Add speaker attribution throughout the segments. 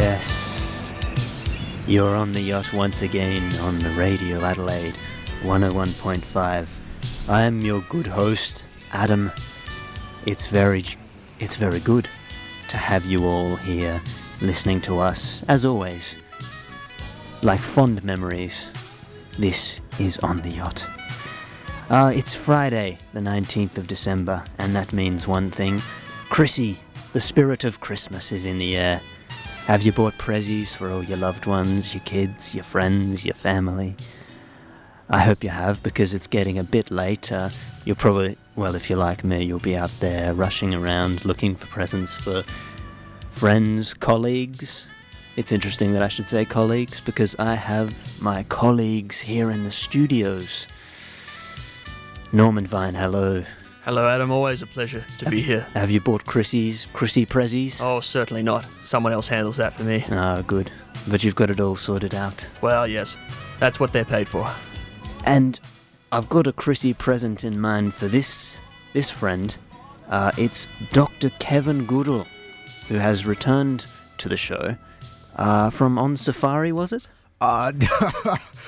Speaker 1: Yes. You're on the yacht once again on the Radio Adelaide 101.5. I am your good host, Adam. It's very it's very good to have you all here listening to us as always. Like fond memories. This is on the yacht. Uh, it's Friday, the 19th of December, and that means one thing. Chrissy, the spirit of Christmas is in the air. Have you bought prezzies for all your loved ones, your kids, your friends, your family? I hope you have because it's getting a bit late. Uh, you'll probably, well, if you're like me, you'll be out there rushing around looking for presents for friends, colleagues. It's interesting that I should say colleagues because I have my colleagues here in the studios. Norman Vine, hello.
Speaker 2: Hello, Adam. Always a pleasure to be here.
Speaker 1: Have you bought Chrissy's, Chrissy Prezzies?
Speaker 2: Oh, certainly not. Someone else handles that for me.
Speaker 1: Ah, good. But you've got it all sorted out.
Speaker 2: Well, yes, that's what they're paid for.
Speaker 1: And I've got a Chrissy present in mind for this this friend. Uh, it's Dr. Kevin Goodall, who has returned to the show uh, from On Safari, was it?
Speaker 3: Uh,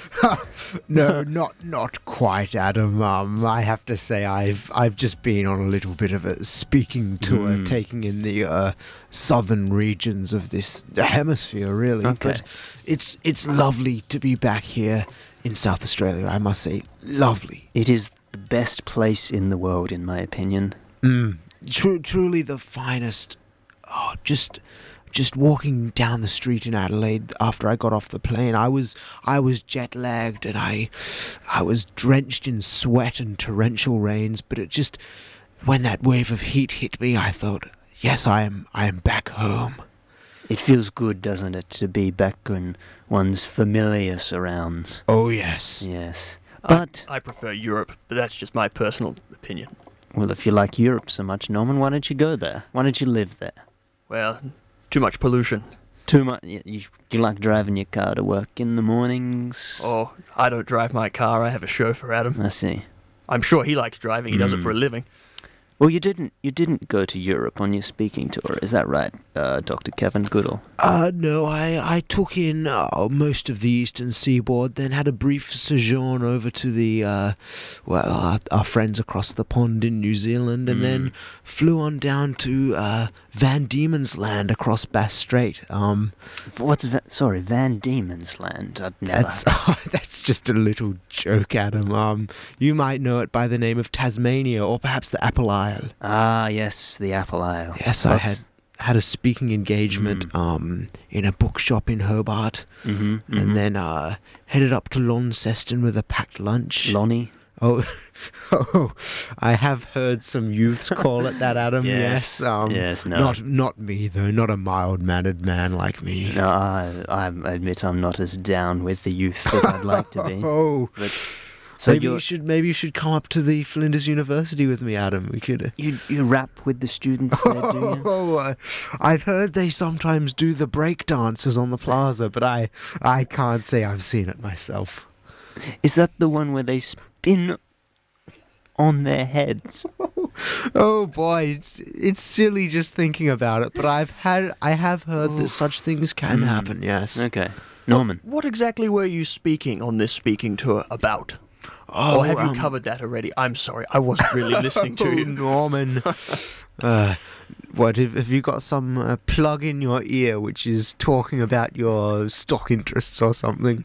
Speaker 3: no, not not quite, Adam. Um, I have to say, I've I've just been on a little bit of a speaking tour,
Speaker 1: Mm.
Speaker 3: taking in the uh, southern regions of this hemisphere, really.
Speaker 1: Okay.
Speaker 3: But it's it's lovely to be back here in South Australia. I must say, lovely.
Speaker 1: It is the best place in the world, in my opinion.
Speaker 3: Mm. Tru- truly, the finest. Oh, just just walking down the street in Adelaide after I got off the plane, I was I was jet lagged and I I was drenched in sweat and torrential rains. But it just when that wave of heat hit me, I thought, yes, I am I am back home.
Speaker 1: It feels good, doesn't it, to be back in one's familiar surrounds?
Speaker 3: Oh yes.
Speaker 1: Yes.
Speaker 2: I-
Speaker 1: But,
Speaker 2: I, prefer Europe, but that's just my personal opinion.
Speaker 1: well, if you like Europe so much, Norman, why don't you go there? Why don't you live there?
Speaker 2: Well, too much pollution.
Speaker 1: Too much. You, you, you like driving your car to work in the mornings?
Speaker 2: Oh, I don't drive my car. I have a chauffeur, Adam.
Speaker 1: I see.
Speaker 2: I'm sure he likes driving. He does
Speaker 3: Hmm.
Speaker 2: it for a living.
Speaker 1: Well, you didn't. You didn't go to Europe on your speaking tour, is that right, uh, Doctor Kevin Goodall?
Speaker 3: Uh, no, I, I took in uh, most of the eastern seaboard, then had a brief sojourn over to the, uh, well, our, our friends across the pond in New Zealand, and
Speaker 1: Mm.
Speaker 3: then flew on down to uh, Van Diemen's Land across Bass Strait. Um,
Speaker 1: V- What's va- sorry, Van Diemen's Land? I'd never.
Speaker 3: that's oh, that's just a little joke, Adam. Um, you might know it by the name of Tasmania, or perhaps the Apple Isle.
Speaker 1: Ah, yes, the Apple Isle.
Speaker 3: Yes, I had had a speaking engagement
Speaker 1: Mm.
Speaker 3: um, in a bookshop in Hobart.
Speaker 1: hmm
Speaker 3: and then uh, headed up to Launceston with a packed lunch.
Speaker 1: Lonnie.
Speaker 3: oh, oh, I have heard some youths call it that, Adam. yes, um,
Speaker 1: yes. No.
Speaker 3: not not me though, not a mild mannered man like me.
Speaker 1: no, I, I admit I'm not as down with the youth as I'd like to be.
Speaker 3: Oh,
Speaker 1: But so
Speaker 3: maybe
Speaker 1: you
Speaker 3: you should maybe you should come up to the Flinders University with me, Adam. We could.
Speaker 1: you you rap with the students there, do you?
Speaker 3: Oh, uh, I've heard they sometimes do the break dances on the plaza, but I I can't say I've seen it myself.
Speaker 1: Is that the one where they spin on their heads?
Speaker 3: Oh boy, it's, it's silly just thinking about it, but I've had I have heard that such things can
Speaker 1: Mm.
Speaker 3: happen, yes.
Speaker 1: Okay, Norman.
Speaker 2: What exactly were you speaking on this speaking tour about?
Speaker 3: Oh,
Speaker 2: or have
Speaker 3: um,
Speaker 2: you covered that already? I'm sorry. I wasn't really listening
Speaker 3: oh,
Speaker 2: to you.
Speaker 3: Norman. uh, what have, have you got some uh, plug in your ear which is talking about your stock interests or something?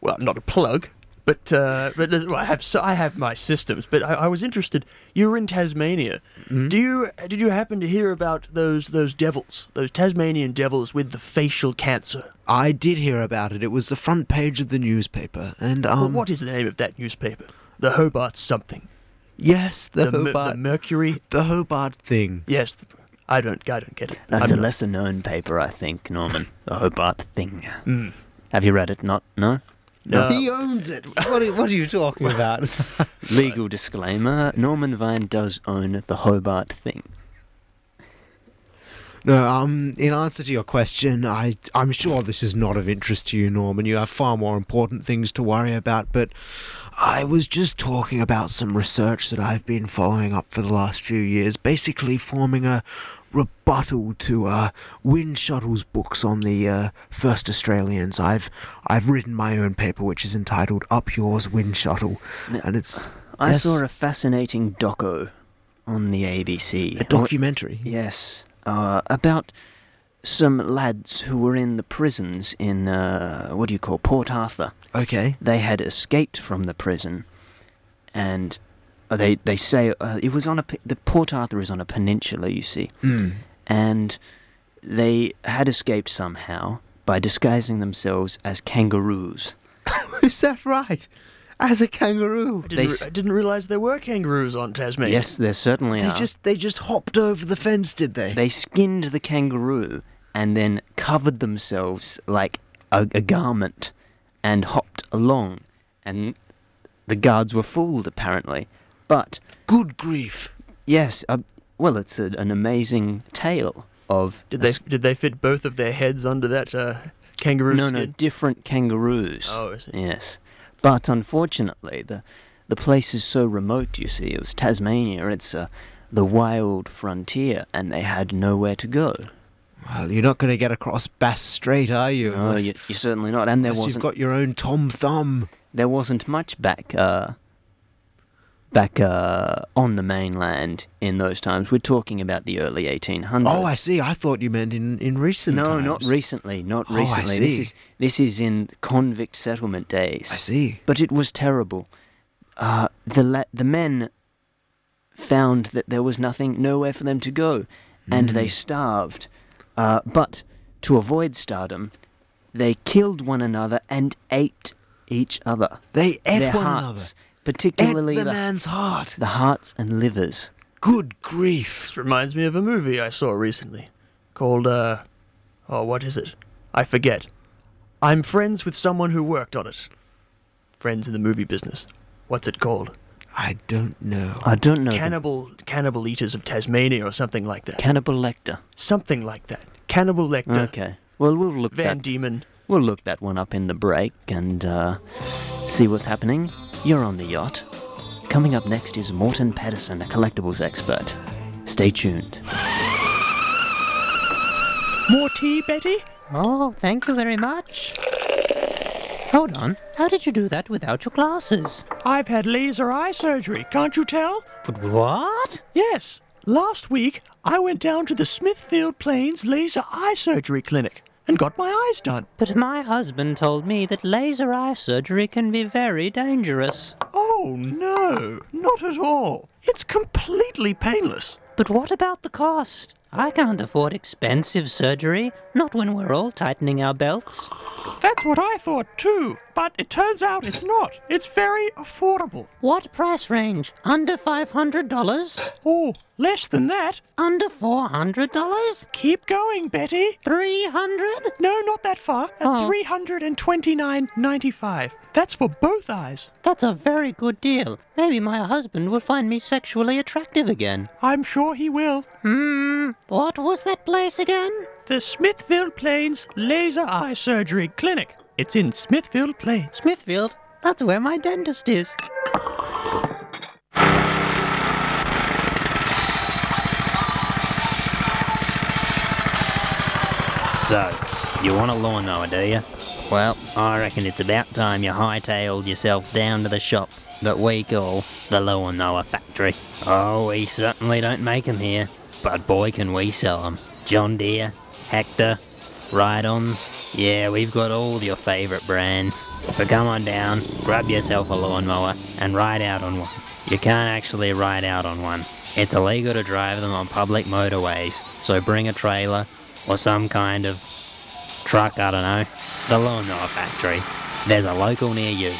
Speaker 2: well, not a plug, but uh, but there's- well, I have so I have my systems. But I, I was interested. You were in Tasmania. Do you did you happen to hear about those those devils, those Tasmanian devils with the facial cancer?
Speaker 3: I did hear about it. It was the front page of the newspaper, and um,
Speaker 2: Well, what is the name of that newspaper? The Hobart something.
Speaker 3: Yes, the,
Speaker 2: Mer-
Speaker 3: Hobart,
Speaker 2: the Mercury.
Speaker 3: the Hobart thing.
Speaker 2: Yes. th- I don't. I don't get it.
Speaker 1: That's
Speaker 2: I'm
Speaker 1: a
Speaker 2: not-
Speaker 1: lesser known paper, I think, Norman. The Hobart Thing.
Speaker 2: Mm.
Speaker 1: Have you read it? Not? No?
Speaker 2: No.
Speaker 3: he owns it. What are, what are you talking about?
Speaker 1: uh, Legal disclaimer Norman Vine does own the Hobart thing.
Speaker 3: No, um, in answer to your question, I, I'm sure this is not of interest to you, Norman. You have far more important things to worry about, but I was just talking about some research that I've been following up for the last few years, basically forming a rebuttal to uh, Wynne Shuttle's books on the uh, first Australians. I've I've written my own paper, which is entitled "Up Yours, Wynne Shuttle,"
Speaker 1: Now-
Speaker 3: and it's
Speaker 1: I
Speaker 3: Yes.
Speaker 1: saw a fascinating doco on the ABC.
Speaker 3: a documentary.
Speaker 1: Yes, uh, about some lads who were in the prisons in, uh, what do you call, Port Arthur.
Speaker 3: Okay.
Speaker 1: They had escaped from the prison, and uh, they they say uh, it was on a pe- the Port Arthur is on a peninsula, you see,
Speaker 3: Mm.
Speaker 1: and they had escaped somehow by disguising themselves as kangaroos.
Speaker 3: is that right? As a kangaroo.
Speaker 2: I didn't,
Speaker 1: They
Speaker 2: re-
Speaker 1: s-
Speaker 2: I didn't realize there were kangaroos on Tasmania.
Speaker 1: Yes, there certainly
Speaker 3: They
Speaker 1: are.
Speaker 3: just they just hopped over the fence, did they?
Speaker 1: They skinned the kangaroo and then covered themselves like a, a garment and hopped along. And the guards were fooled, apparently. But,
Speaker 3: Good grief!
Speaker 1: yes, uh, well, it's a, an amazing tale of.
Speaker 2: Did
Speaker 1: a
Speaker 2: they
Speaker 1: s-
Speaker 2: did they fit both of their heads under that uh, kangaroo
Speaker 1: No, no,
Speaker 2: skin?
Speaker 1: different kangaroos.
Speaker 2: Oh, I see.
Speaker 1: Yes. But unfortunately, the, the place is so remote, you see. It was Tasmania, it's uh, the wild frontier, and they had nowhere to go.
Speaker 3: Well, you're not going to get across Bass Strait, are you?
Speaker 1: No,
Speaker 3: Unless-
Speaker 1: you, you're certainly not. And there
Speaker 3: unless
Speaker 1: wasn't.
Speaker 3: you've got your own Tom Thumb.
Speaker 1: there wasn't much back uh, back uh, on the mainland in those times. We're talking about the early 1800s.
Speaker 3: Oh, I see. I thought you meant in in recent
Speaker 1: no,
Speaker 3: times.
Speaker 1: not recently, not
Speaker 3: Oh, I
Speaker 1: recently. This
Speaker 3: see.
Speaker 1: is this is in convict settlement
Speaker 3: I
Speaker 1: days.
Speaker 3: see.
Speaker 1: But it was terrible. Uh, the la- the men found that there was nothing, nowhere for them to go, and they
Speaker 3: Mm.
Speaker 1: starved. Uh, but to avoid stardom, they killed one another and ate each other
Speaker 3: They ate
Speaker 1: their
Speaker 3: one
Speaker 1: hearts,
Speaker 3: another.
Speaker 1: particularly
Speaker 3: Ate the,
Speaker 1: the, the,
Speaker 3: man's heart.
Speaker 1: hearts and livers.
Speaker 3: Good grief!
Speaker 2: This reminds me of a movie I saw recently called uh oh what is it? I forget. I'm friends with someone who worked on it. Friends in the movie business. What's it called?
Speaker 3: I don't know.
Speaker 1: I don't know. the-
Speaker 2: Cannibal Cannibal Eaters of Tasmania or something like that.
Speaker 1: Cannibal Lecter.
Speaker 2: Something like that. Cannibal Lecter.
Speaker 1: Okay. Well, we'll look
Speaker 2: Van
Speaker 1: that.
Speaker 2: Diemen.
Speaker 1: We'll look that one up in the break and uh, see what's happening. You're on the yacht. Coming up next is Morton Pedersen, a collectibles expert. Stay tuned.
Speaker 4: More tea, Betty?
Speaker 5: Oh, thank you very much. Hold on. How did you do that without your glasses?
Speaker 4: I've had laser eye surgery, can't you tell?
Speaker 5: But what?
Speaker 4: Yes.
Speaker 2: Last week I went down to the Smithfield Plains Laser Eye Surgery Clinic and got my eyes done.
Speaker 5: But my husband told me that laser eye surgery can be very dangerous.
Speaker 2: Oh no, not at all. It's completely painless.
Speaker 5: But what about the cost? I can't afford expensive surgery, not when we're all tightening our belts.
Speaker 4: That's what I thought too, but it turns out it's not. It's very affordable.
Speaker 5: What price range? Under $500?
Speaker 4: Oh, less than that?
Speaker 5: Under $400?
Speaker 4: Keep going, Betty.
Speaker 5: 300
Speaker 4: No, not that far. At
Speaker 5: Oh.
Speaker 4: 329.95. That's for both eyes.
Speaker 5: That's a very good deal. Maybe my husband will find me sexually attractive again.
Speaker 4: I'm sure he will.
Speaker 5: Hmm, what was that place again?
Speaker 4: The Smithfield Plains Laser Eye Surgery Clinic. It's in Smithfield Plains.
Speaker 5: Smithfield. That's where my dentist is.
Speaker 6: So, you want a lawnmower, do you? Well, I reckon it's about time you hightailed yourself down to the shop that we call the Lawnmower Factory. Oh, we certainly don't make 'em here, but boy, can we sell 'em! John Deere, Hector, Ride-Ons, yeah, we've got all your favourite brands. So come on down, grab yourself a lawnmower, and ride out on one. You can't actually ride out on one. It's illegal to drive them on public motorways, so bring a trailer or some kind of truck, I don't know. The lawnmower factory. There's a local near you.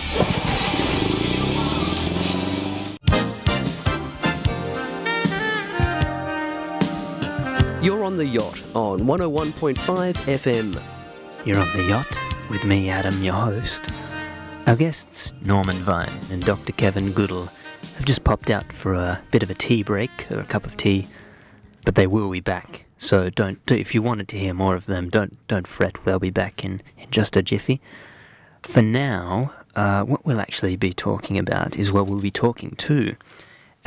Speaker 7: You're on the yacht on 101.5 FM.
Speaker 1: You're on the yacht with me, Adam, your host. Our guests, Norman Vine and Dr. Kevin Goodall, have just popped out for a bit of a tea break or a cup of tea, but they will be back. So don't, if you wanted to hear more of them, don't don't fret. They'll be back in, in just a jiffy. For now, uh, what we'll actually be talking about is what we'll be talking to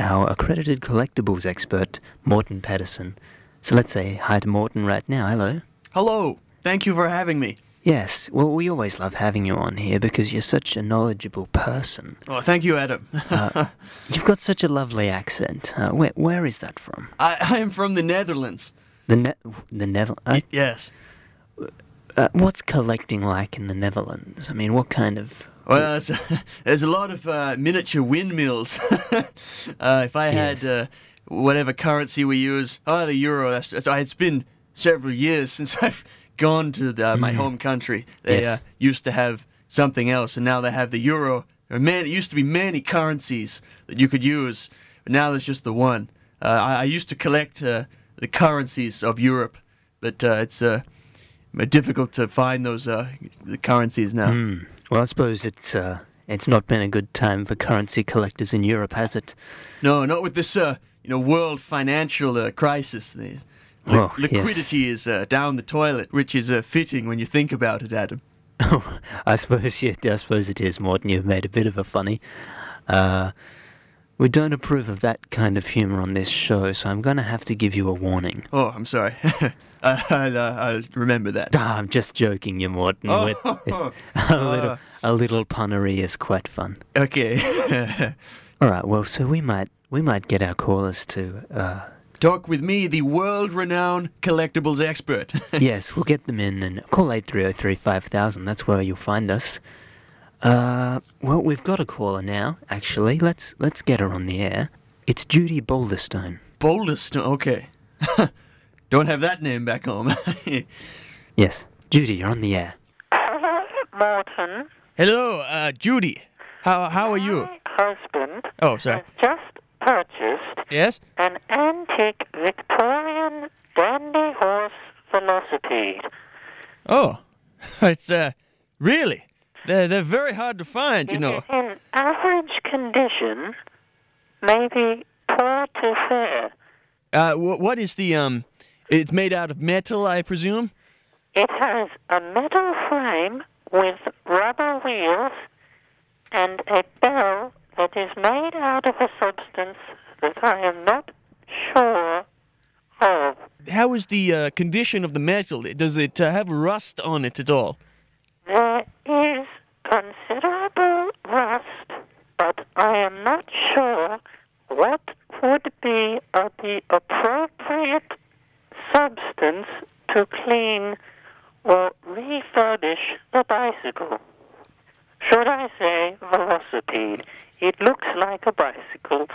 Speaker 1: our accredited collectibles expert, Morton Pedersen. So let's say hi to Morton right now. Hello.
Speaker 2: Hello. Thank you for having me.
Speaker 1: Yes, well, we always love having you on here because you're such a knowledgeable person.
Speaker 2: Oh, thank you, Adam.
Speaker 1: Uh, You've got such a lovely accent. Uh, where where is that from?
Speaker 2: I, I am from the Netherlands.
Speaker 1: The ne- the Nether- uh,
Speaker 2: yes.
Speaker 1: uh, What's collecting like in the Netherlands? I mean, what kind of?
Speaker 2: Well, it's, there's a lot of uh, miniature windmills. uh, if I had
Speaker 1: Yes.
Speaker 2: uh, whatever currency we use, oh, the euro. That's, that's it's been several years since I've gone to the, my home country. They
Speaker 1: Mm. Yes.
Speaker 2: uh, used to have something else, and now they have the euro. Or man, it used to be many currencies that you could use, but now there's just the one. Uh, I, I used to collect uh, the currencies of Europe, but uh, it's uh, difficult to find those uh, the currencies now.
Speaker 1: Hmm. Well, I suppose it's uh, it's not been a good time for currency collectors in Europe, has it?
Speaker 2: No, not with this, uh, you know, world financial uh, crisis. The li-
Speaker 1: Oh, yes.
Speaker 2: liquidity is uh, down the toilet, which is uh, fitting when you think about it, Adam.
Speaker 1: Oh, I suppose yeah, I suppose it is, Morton. You've made a bit of a funny. Uh, we don't approve of that kind of humour on this show, so I'm going to have to give you a warning.
Speaker 2: Oh, I'm sorry. I, I'll, uh, I'll remember that.
Speaker 1: Ah, I'm just joking, you Morton.
Speaker 2: Oh,
Speaker 1: With- a
Speaker 8: Uh,
Speaker 1: little, a little punnery is quite fun.
Speaker 2: okay.
Speaker 1: All right. Well, so we might we might get our callers to. Uh,
Speaker 2: Talk with me, the world-renowned collectibles expert.
Speaker 1: yes, we'll get them in and call eight three zero three five thousand. That's where you'll find us. Uh, well, we've got a caller now. Actually, let's let's get her on the air. It's Judy Boulderstone.
Speaker 2: Boldest, okay. Don't have that name back home.
Speaker 1: Yes, Judy, you're on the air.
Speaker 7: Hello, Morton.
Speaker 2: Hello, uh, Judy. How how are you?
Speaker 7: My husband
Speaker 2: Oh, sorry.
Speaker 7: has just purchased
Speaker 2: Yes.
Speaker 7: an antique Victorian dandy horse velocipede.
Speaker 2: Oh, it's uh, really. They're they're very hard to find, you know.
Speaker 7: It is in average condition, maybe poor to fair.
Speaker 2: Uh, wh- what is the um? It's made out of metal, I presume.
Speaker 7: It has a metal frame with rubber wheels and a bell that is made out of a substance that I am not sure of.
Speaker 2: How is the uh, condition of the metal? Does it uh, have rust on it at all?
Speaker 7: There is considerable rust, but I am not sure what would be uh, the appropriate substance to clean or refurbish the bicycle. Should I say velocipede? It looks like a bicycle,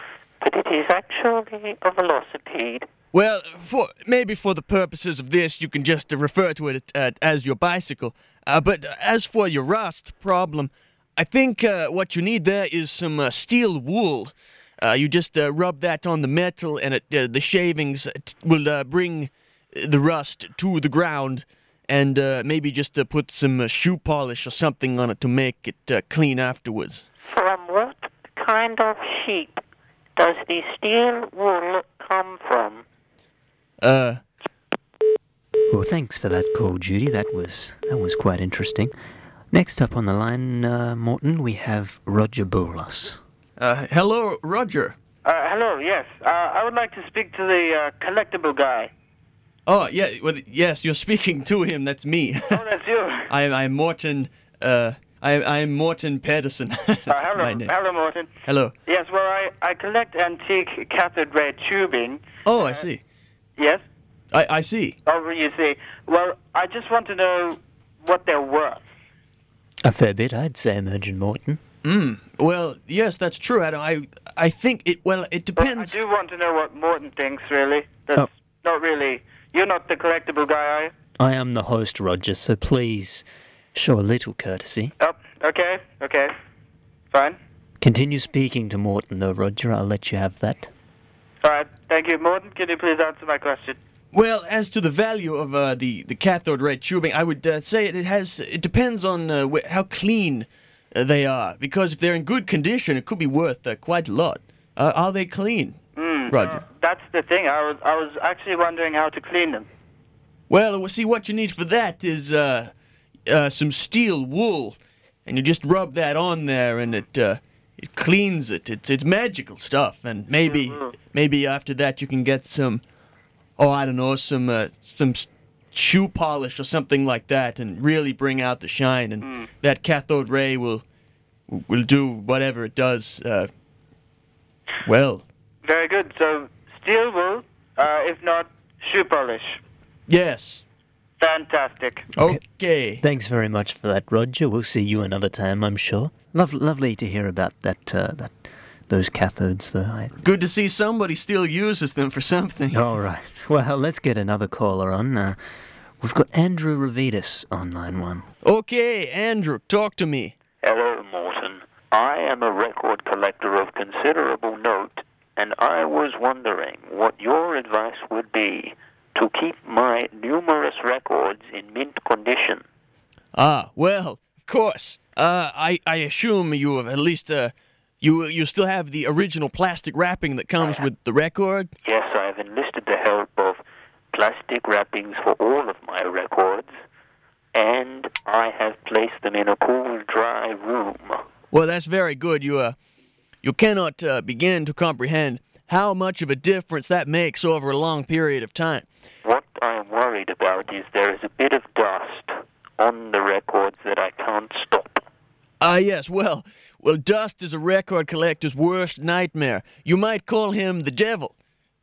Speaker 7: but it is actually a velocipede.
Speaker 2: Well, for maybe for the purposes of this, you can just uh, refer to it uh, as your bicycle. Uh, but as for your rust problem, I think uh, what you need there is some uh, steel wool. Uh, you just uh, rub that on the metal, and it, uh, the shavings uh, t- will uh, bring the rust to the ground. And uh, maybe just uh, put some uh, shoe polish or something on it to make it uh, clean afterwards.
Speaker 7: From what kind of sheep does the steel wool come from?
Speaker 2: Uh,
Speaker 1: Well, thanks for that call, Judy. That was that was quite interesting. Next up on the line, uh, Morton, we have Roger Boulos.
Speaker 2: uh, hello, Roger.
Speaker 9: Uh, hello, yes. Uh, I would like to speak to the uh, collectible guy.
Speaker 2: Oh, yeah, well, yes, you're speaking to him. That's me.
Speaker 9: Oh, that's you. Uh,
Speaker 2: I, I'm Morton. Uh, I, I'm Morton Pedersen. That's
Speaker 9: Uh, hello,
Speaker 2: my name.
Speaker 9: hello, Morton.
Speaker 2: Hello.
Speaker 9: Yes, well, I, I collect antique cathode ray tubing.
Speaker 2: Oh, I see.
Speaker 9: Yes,
Speaker 2: I, I see.
Speaker 9: over you see. Well, I just want to know what they're worth.
Speaker 1: A fair bit, I'd say, Emergent Morton.
Speaker 2: Hmm, Well, yes, that's true, Adam. I, I think it. Well, it
Speaker 9: But I
Speaker 2: depends.
Speaker 9: do want to know what Morton thinks, really. That's
Speaker 1: Oh.
Speaker 9: not really. You're not the collectible guy, are you?
Speaker 1: I am the host, Roger, so please show a little courtesy.
Speaker 9: Oh, okay, okay. Fine.
Speaker 1: Continue speaking to Morton, though, Roger. I'll let you have that.
Speaker 9: All right, thank you. Morton, can you please answer my question?
Speaker 2: Well, as to the value of uh, the the cathode ray tubing, I would uh, say it, it has. It depends on uh, wh- how clean Uh, they are because if they're in good condition, it could be worth uh, quite a lot. Uh, are they clean, Roger?
Speaker 9: Hmm. That's the thing. I was I was actually wondering how to clean them.
Speaker 2: Well, see what you need for that is uh, uh, some steel wool, and you just rub that on there, and it uh, it cleans it. It's it's magical stuff, and maybe maybe after that you can get some, oh I don't know, some uh, some s- shoe polish or something like that, and really bring out the shine. And that cathode ray will will do whatever it does. Uh, well,
Speaker 9: Very good. So steel wool, uh, if not shoe polish.
Speaker 2: yes.
Speaker 9: Fantastic.
Speaker 2: Okay.
Speaker 1: Thanks very much for that, Roger. We'll see you another time, I'm sure. Lov- lovely to hear about that. Uh, that those cathodes, though. I-
Speaker 2: Good to see somebody still uses them for something.
Speaker 1: All right. Well, let's get another caller on. Uh, we've got Andrew Ravidas on line one.
Speaker 2: Okay, Andrew, talk to me.
Speaker 8: Hello, Morton. I am a record collector of considerable note, and I was wondering what your advice would be to keep my numerous records in mint condition.
Speaker 2: Ah, well, of course. Uh, I I assume you have at least uh, you you still have the original plastic wrapping that comes with the record.
Speaker 8: Yes, I have enlisted the help of plastic wrappings for all of my records, and I have placed them in a cool, dry room.
Speaker 2: Well, that's very good. You uh, you cannot uh, begin to comprehend how much of a difference that makes over a long period of time.
Speaker 8: What I am worried about is there is a bit of dust on the records that I can't stop.
Speaker 2: Ah, yes. Well, well, dust is a record collector's worst nightmare. You might call him the devil,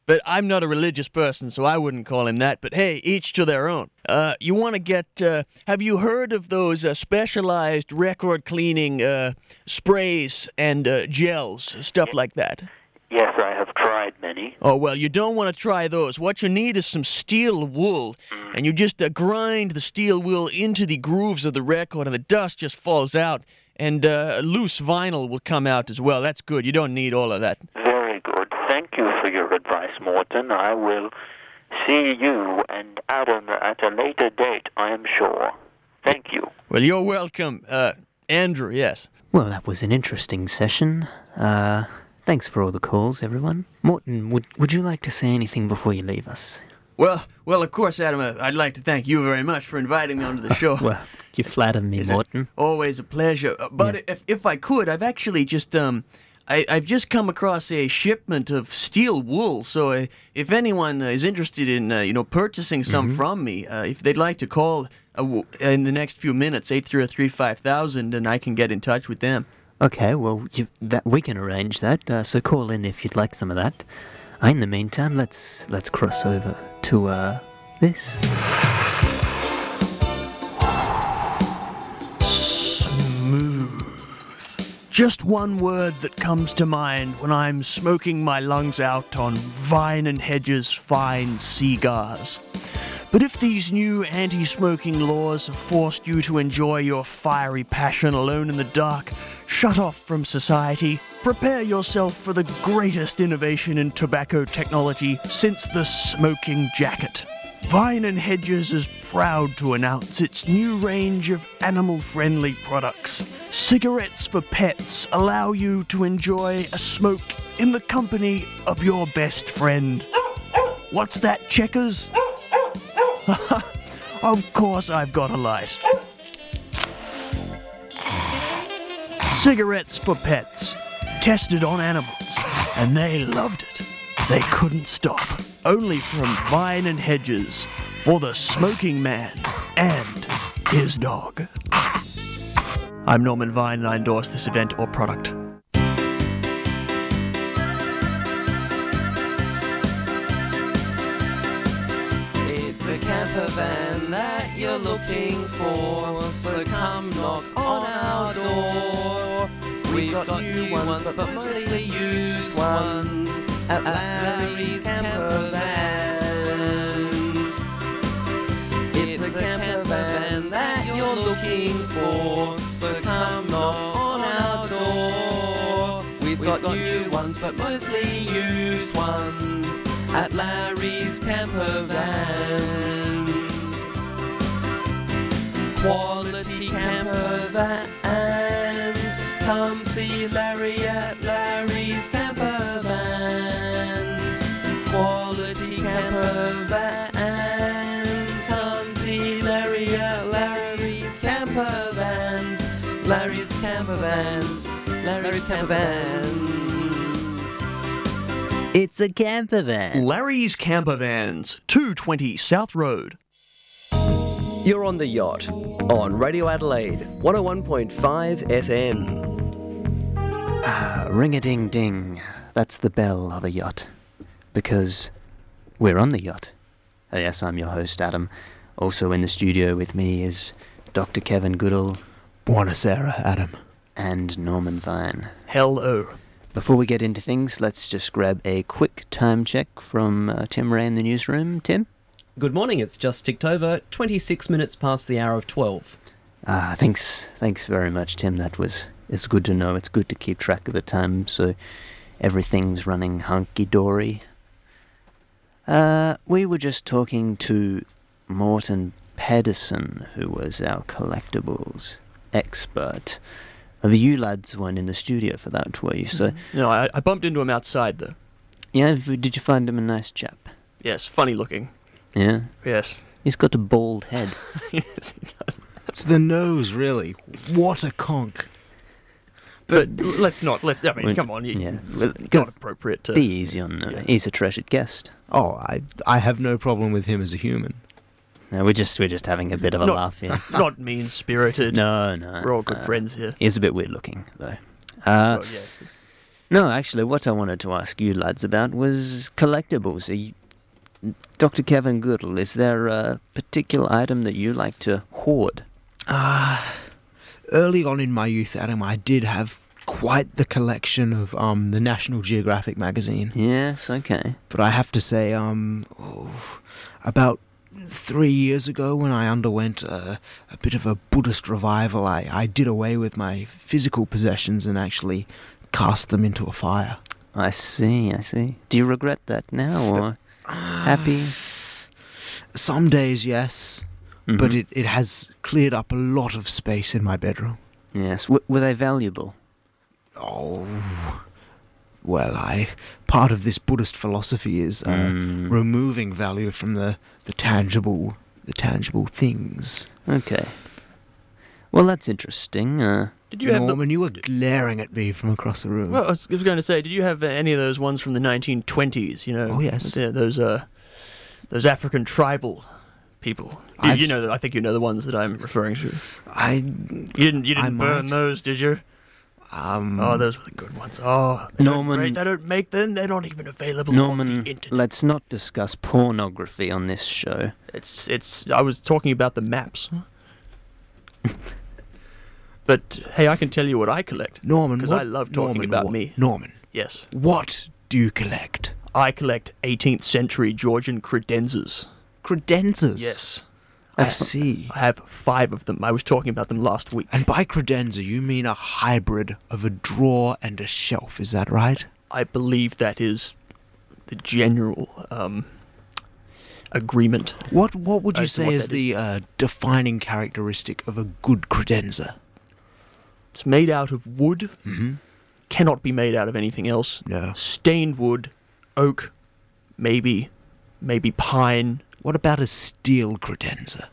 Speaker 2: but I'm not a religious person, so I wouldn't call him that. But hey, each to their own. Uh, you want to get? Uh, have you heard of those uh, specialized record cleaning uh, sprays and uh, gels, stuff like that?
Speaker 8: Yes, I have tried many.
Speaker 2: Oh, well, you don't want to try those. What you need is some steel wool, and you just uh, grind the steel wool into the grooves of the record, and the dust just falls out, and uh, loose vinyl will come out as well. That's good. You don't need all of that.
Speaker 8: Very good. Thank you for your advice, Morton. I will see you and Adam at a later date, I am sure. Thank you.
Speaker 2: Well, you're welcome, uh, Andrew, yes.
Speaker 1: Well, that was an interesting session. Uh, thanks for all the calls, everyone. Morton, would would you like to say anything before you leave us?
Speaker 2: Well, well, of course, Adam, uh, I'd like to thank you very much for inviting me onto the show.
Speaker 1: Well, you flatter me,
Speaker 2: Is it-
Speaker 1: Morton.
Speaker 2: Always a pleasure. Uh, But if if I could, I've actually just um, I, I've just come across a shipment of steel wool. So uh, if anyone uh, is interested in uh, you know purchasing some
Speaker 1: Mm-hmm.
Speaker 2: from me, uh, if they'd like to call uh, w- in the next few minutes, eight three zero three five thousand, and I can get in touch with them.
Speaker 1: Okay, well, you, that we can arrange that. Uh, so call in if you'd like some of that. Uh, In the meantime, let's let's cross over to uh, this.
Speaker 2: Smooth. Just one word that comes to mind when I'm smoking my lungs out on Vine and Hedge's fine cigars. But if these new anti smoking laws have forced you to enjoy your fiery passion alone in the dark, shut off from society, prepare yourself for the greatest innovation in tobacco technology since the smoking jacket. Vine and Hedges is proud to announce its new range of animal friendly products. Cigarettes for pets allow you to enjoy a smoke in the company of your best friend. What's that, checkers? of course, I've got a light. Cigarettes for pets, tested on animals, and they loved it. They couldn't stop. Only from Vine and Hedges for the smoking man and his dog. I'm Norman Vine and I endorse this event or product.
Speaker 10: It's a camper van that you're looking for, so come knock on our door. We've got new ones, but mostly used ones at Larry's Camper Vans. It's a camper van that you're looking for, so come knock on our door. We've got new ones, but mostly used ones at Larry's Camper Vans. Quality camper vans. Come see Larry at Larry's Camper Vans. Quality camper vans. Come see Larry at Larry's Camper Vans. Larry's Camper Vans. Larry's Camper Vans.
Speaker 2: It's a camper van. Larry's Camper Vans, 220 South Road.
Speaker 11: You're on the yacht on Radio Adelaide 101.5 FM.
Speaker 1: Ring a ding ding. That's the bell of a yacht. Because we're on the yacht. Uh, Yes, I'm your host, Adam. Also in the studio with me is Dr. Kevin Goodall. Buonasera, Adam. And Norman Vine.
Speaker 2: Hello.
Speaker 1: Before we get into things, let's just grab a quick time check from uh, Tim Ray in the newsroom. Tim?
Speaker 12: Good morning, it's just ticked over, 26 minutes past the hour of 12.
Speaker 1: Ah, thanks, thanks very much, Tim. That was it's good to know. It's good to keep track of the time, so everything's running hunky dory. Uh, we were just talking to Morton Pedersen, who was our collectibles expert. Uh, You lads weren't in the studio for that, were you? So,
Speaker 2: No, I, I bumped into him outside, though. Mm-hmm.
Speaker 1: yeah, v- did you find him a nice chap?
Speaker 2: Yes, funny looking.
Speaker 1: Yeah.
Speaker 2: Yes.
Speaker 1: He's got a bald head.
Speaker 2: yes, he does.
Speaker 3: It's the nose, really. What a conk.
Speaker 2: But let's not. Let's. I mean,
Speaker 1: Well,
Speaker 2: come on. You,
Speaker 1: yeah.
Speaker 2: It's
Speaker 1: Well,
Speaker 2: not appropriate to.
Speaker 1: Be easy on the. He's a treasured guest.
Speaker 3: Oh, I I have no problem with him as a human.
Speaker 1: No, we're just we're just having a bit of a
Speaker 2: not,
Speaker 1: laugh here.
Speaker 2: Not mean spirited.
Speaker 1: No, no. Uh,
Speaker 2: We're all good
Speaker 1: no.
Speaker 2: friends here.
Speaker 1: He's a bit weird looking, though. Uh,
Speaker 2: Oh, yeah.
Speaker 1: No, actually, what I wanted to ask you lads about was collectibles. Are you, Dr. Kevin Goodall, is there a particular item that you like to hoard?
Speaker 3: Ah, early on in my youth, Adam, I did have quite the collection of um the National Geographic magazine.
Speaker 1: Yes, okay.
Speaker 3: But I have to say, um, oh, about three years ago, when I underwent a, a bit of a Buddhist revival, I I did away with my physical possessions and actually cast them into a fire.
Speaker 1: I see, I see. Do you regret that now,
Speaker 3: Uh,
Speaker 1: or happy?
Speaker 3: Some days, yes, but
Speaker 1: Mhm.
Speaker 3: it, it has cleared up a lot of space in my bedroom.
Speaker 1: Yes. W- were they valuable?
Speaker 3: Oh, well, I part of this Buddhist philosophy is uh,
Speaker 1: Mm.
Speaker 3: removing value from the, the tangible the tangible things.
Speaker 1: Okay. Well, that's interesting. Uh,
Speaker 2: Did you have the-
Speaker 3: Norman, you were glaring at me from across the room.
Speaker 2: Well, I was, I was going to say, did you have any of those ones from the 1920s? You know,
Speaker 3: Oh, yes.
Speaker 2: the- those uh, those African tribal people. You,
Speaker 3: I've-
Speaker 2: you know, I think you know the ones that I'm referring to.
Speaker 3: I you
Speaker 2: didn't you
Speaker 3: I
Speaker 2: didn't burn
Speaker 3: might.
Speaker 2: those, did you?
Speaker 3: Um,
Speaker 2: oh, those were the good ones. Oh, they
Speaker 1: Norman-
Speaker 2: Don't, great. they don't make them. They're not even available.
Speaker 1: Norman, let's not discuss pornography on this show.
Speaker 2: It's it's. I was talking about the maps. but hey, I can tell you what I collect.
Speaker 3: Norman,
Speaker 2: because
Speaker 3: what-
Speaker 2: I love talking
Speaker 3: Norman,
Speaker 2: about
Speaker 3: what-
Speaker 2: me.
Speaker 3: Norman,
Speaker 2: Yes.
Speaker 3: What do you collect?
Speaker 2: I collect 18th century Georgian credenzas.
Speaker 3: Credenzas.
Speaker 2: Yes.
Speaker 3: I see.
Speaker 2: I have five of them. I was talking about them last week.
Speaker 3: And by credenza, you mean a hybrid of a drawer and a shelf, is that right?
Speaker 2: I believe that is the general um, agreement.
Speaker 3: What What would you
Speaker 2: as to
Speaker 3: say
Speaker 2: what
Speaker 3: is
Speaker 2: that
Speaker 3: the uh, defining characteristic of a good credenza? Mm-hmm.
Speaker 2: It's made out of wood. Cannot be made out of anything else.
Speaker 3: No.
Speaker 2: Stained wood, oak, maybe, maybe pine.
Speaker 3: What about a steel credenza?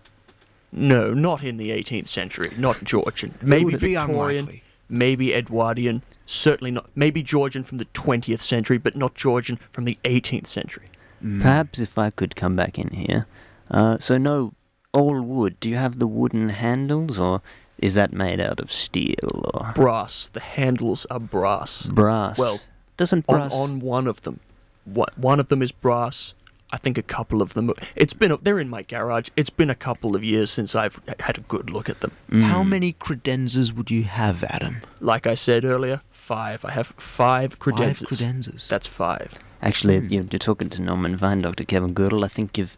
Speaker 2: No, not in the 18th century. Not Georgian. Maybe
Speaker 3: would be
Speaker 2: Victorian.
Speaker 3: unlikely.
Speaker 2: maybe Edwardian. Certainly not. Maybe Georgian from the 20th century, but not Georgian from the 18th century.
Speaker 3: Mm.
Speaker 1: Perhaps if I could come back in here. Uh, so no, all wood. Do you have the wooden handles, or is that made out of steel or
Speaker 2: brass. The handles are brass.
Speaker 1: Brass.
Speaker 2: Well,
Speaker 1: doesn't
Speaker 2: on,
Speaker 1: brass-
Speaker 2: on one of them? What one of them is brass. I think a couple of them. It's been a, they're in my garage. It's been a couple of years since I've h- had a good look at them.
Speaker 3: How many credenzas would you have, Adam?
Speaker 2: Like I said earlier, five. I have five credenzas.
Speaker 3: credenzas.
Speaker 2: That's five.
Speaker 1: Actually,
Speaker 3: Hmm.
Speaker 1: you- you're talking to Norman Vine, Dr. Kevin Goodall. I think you've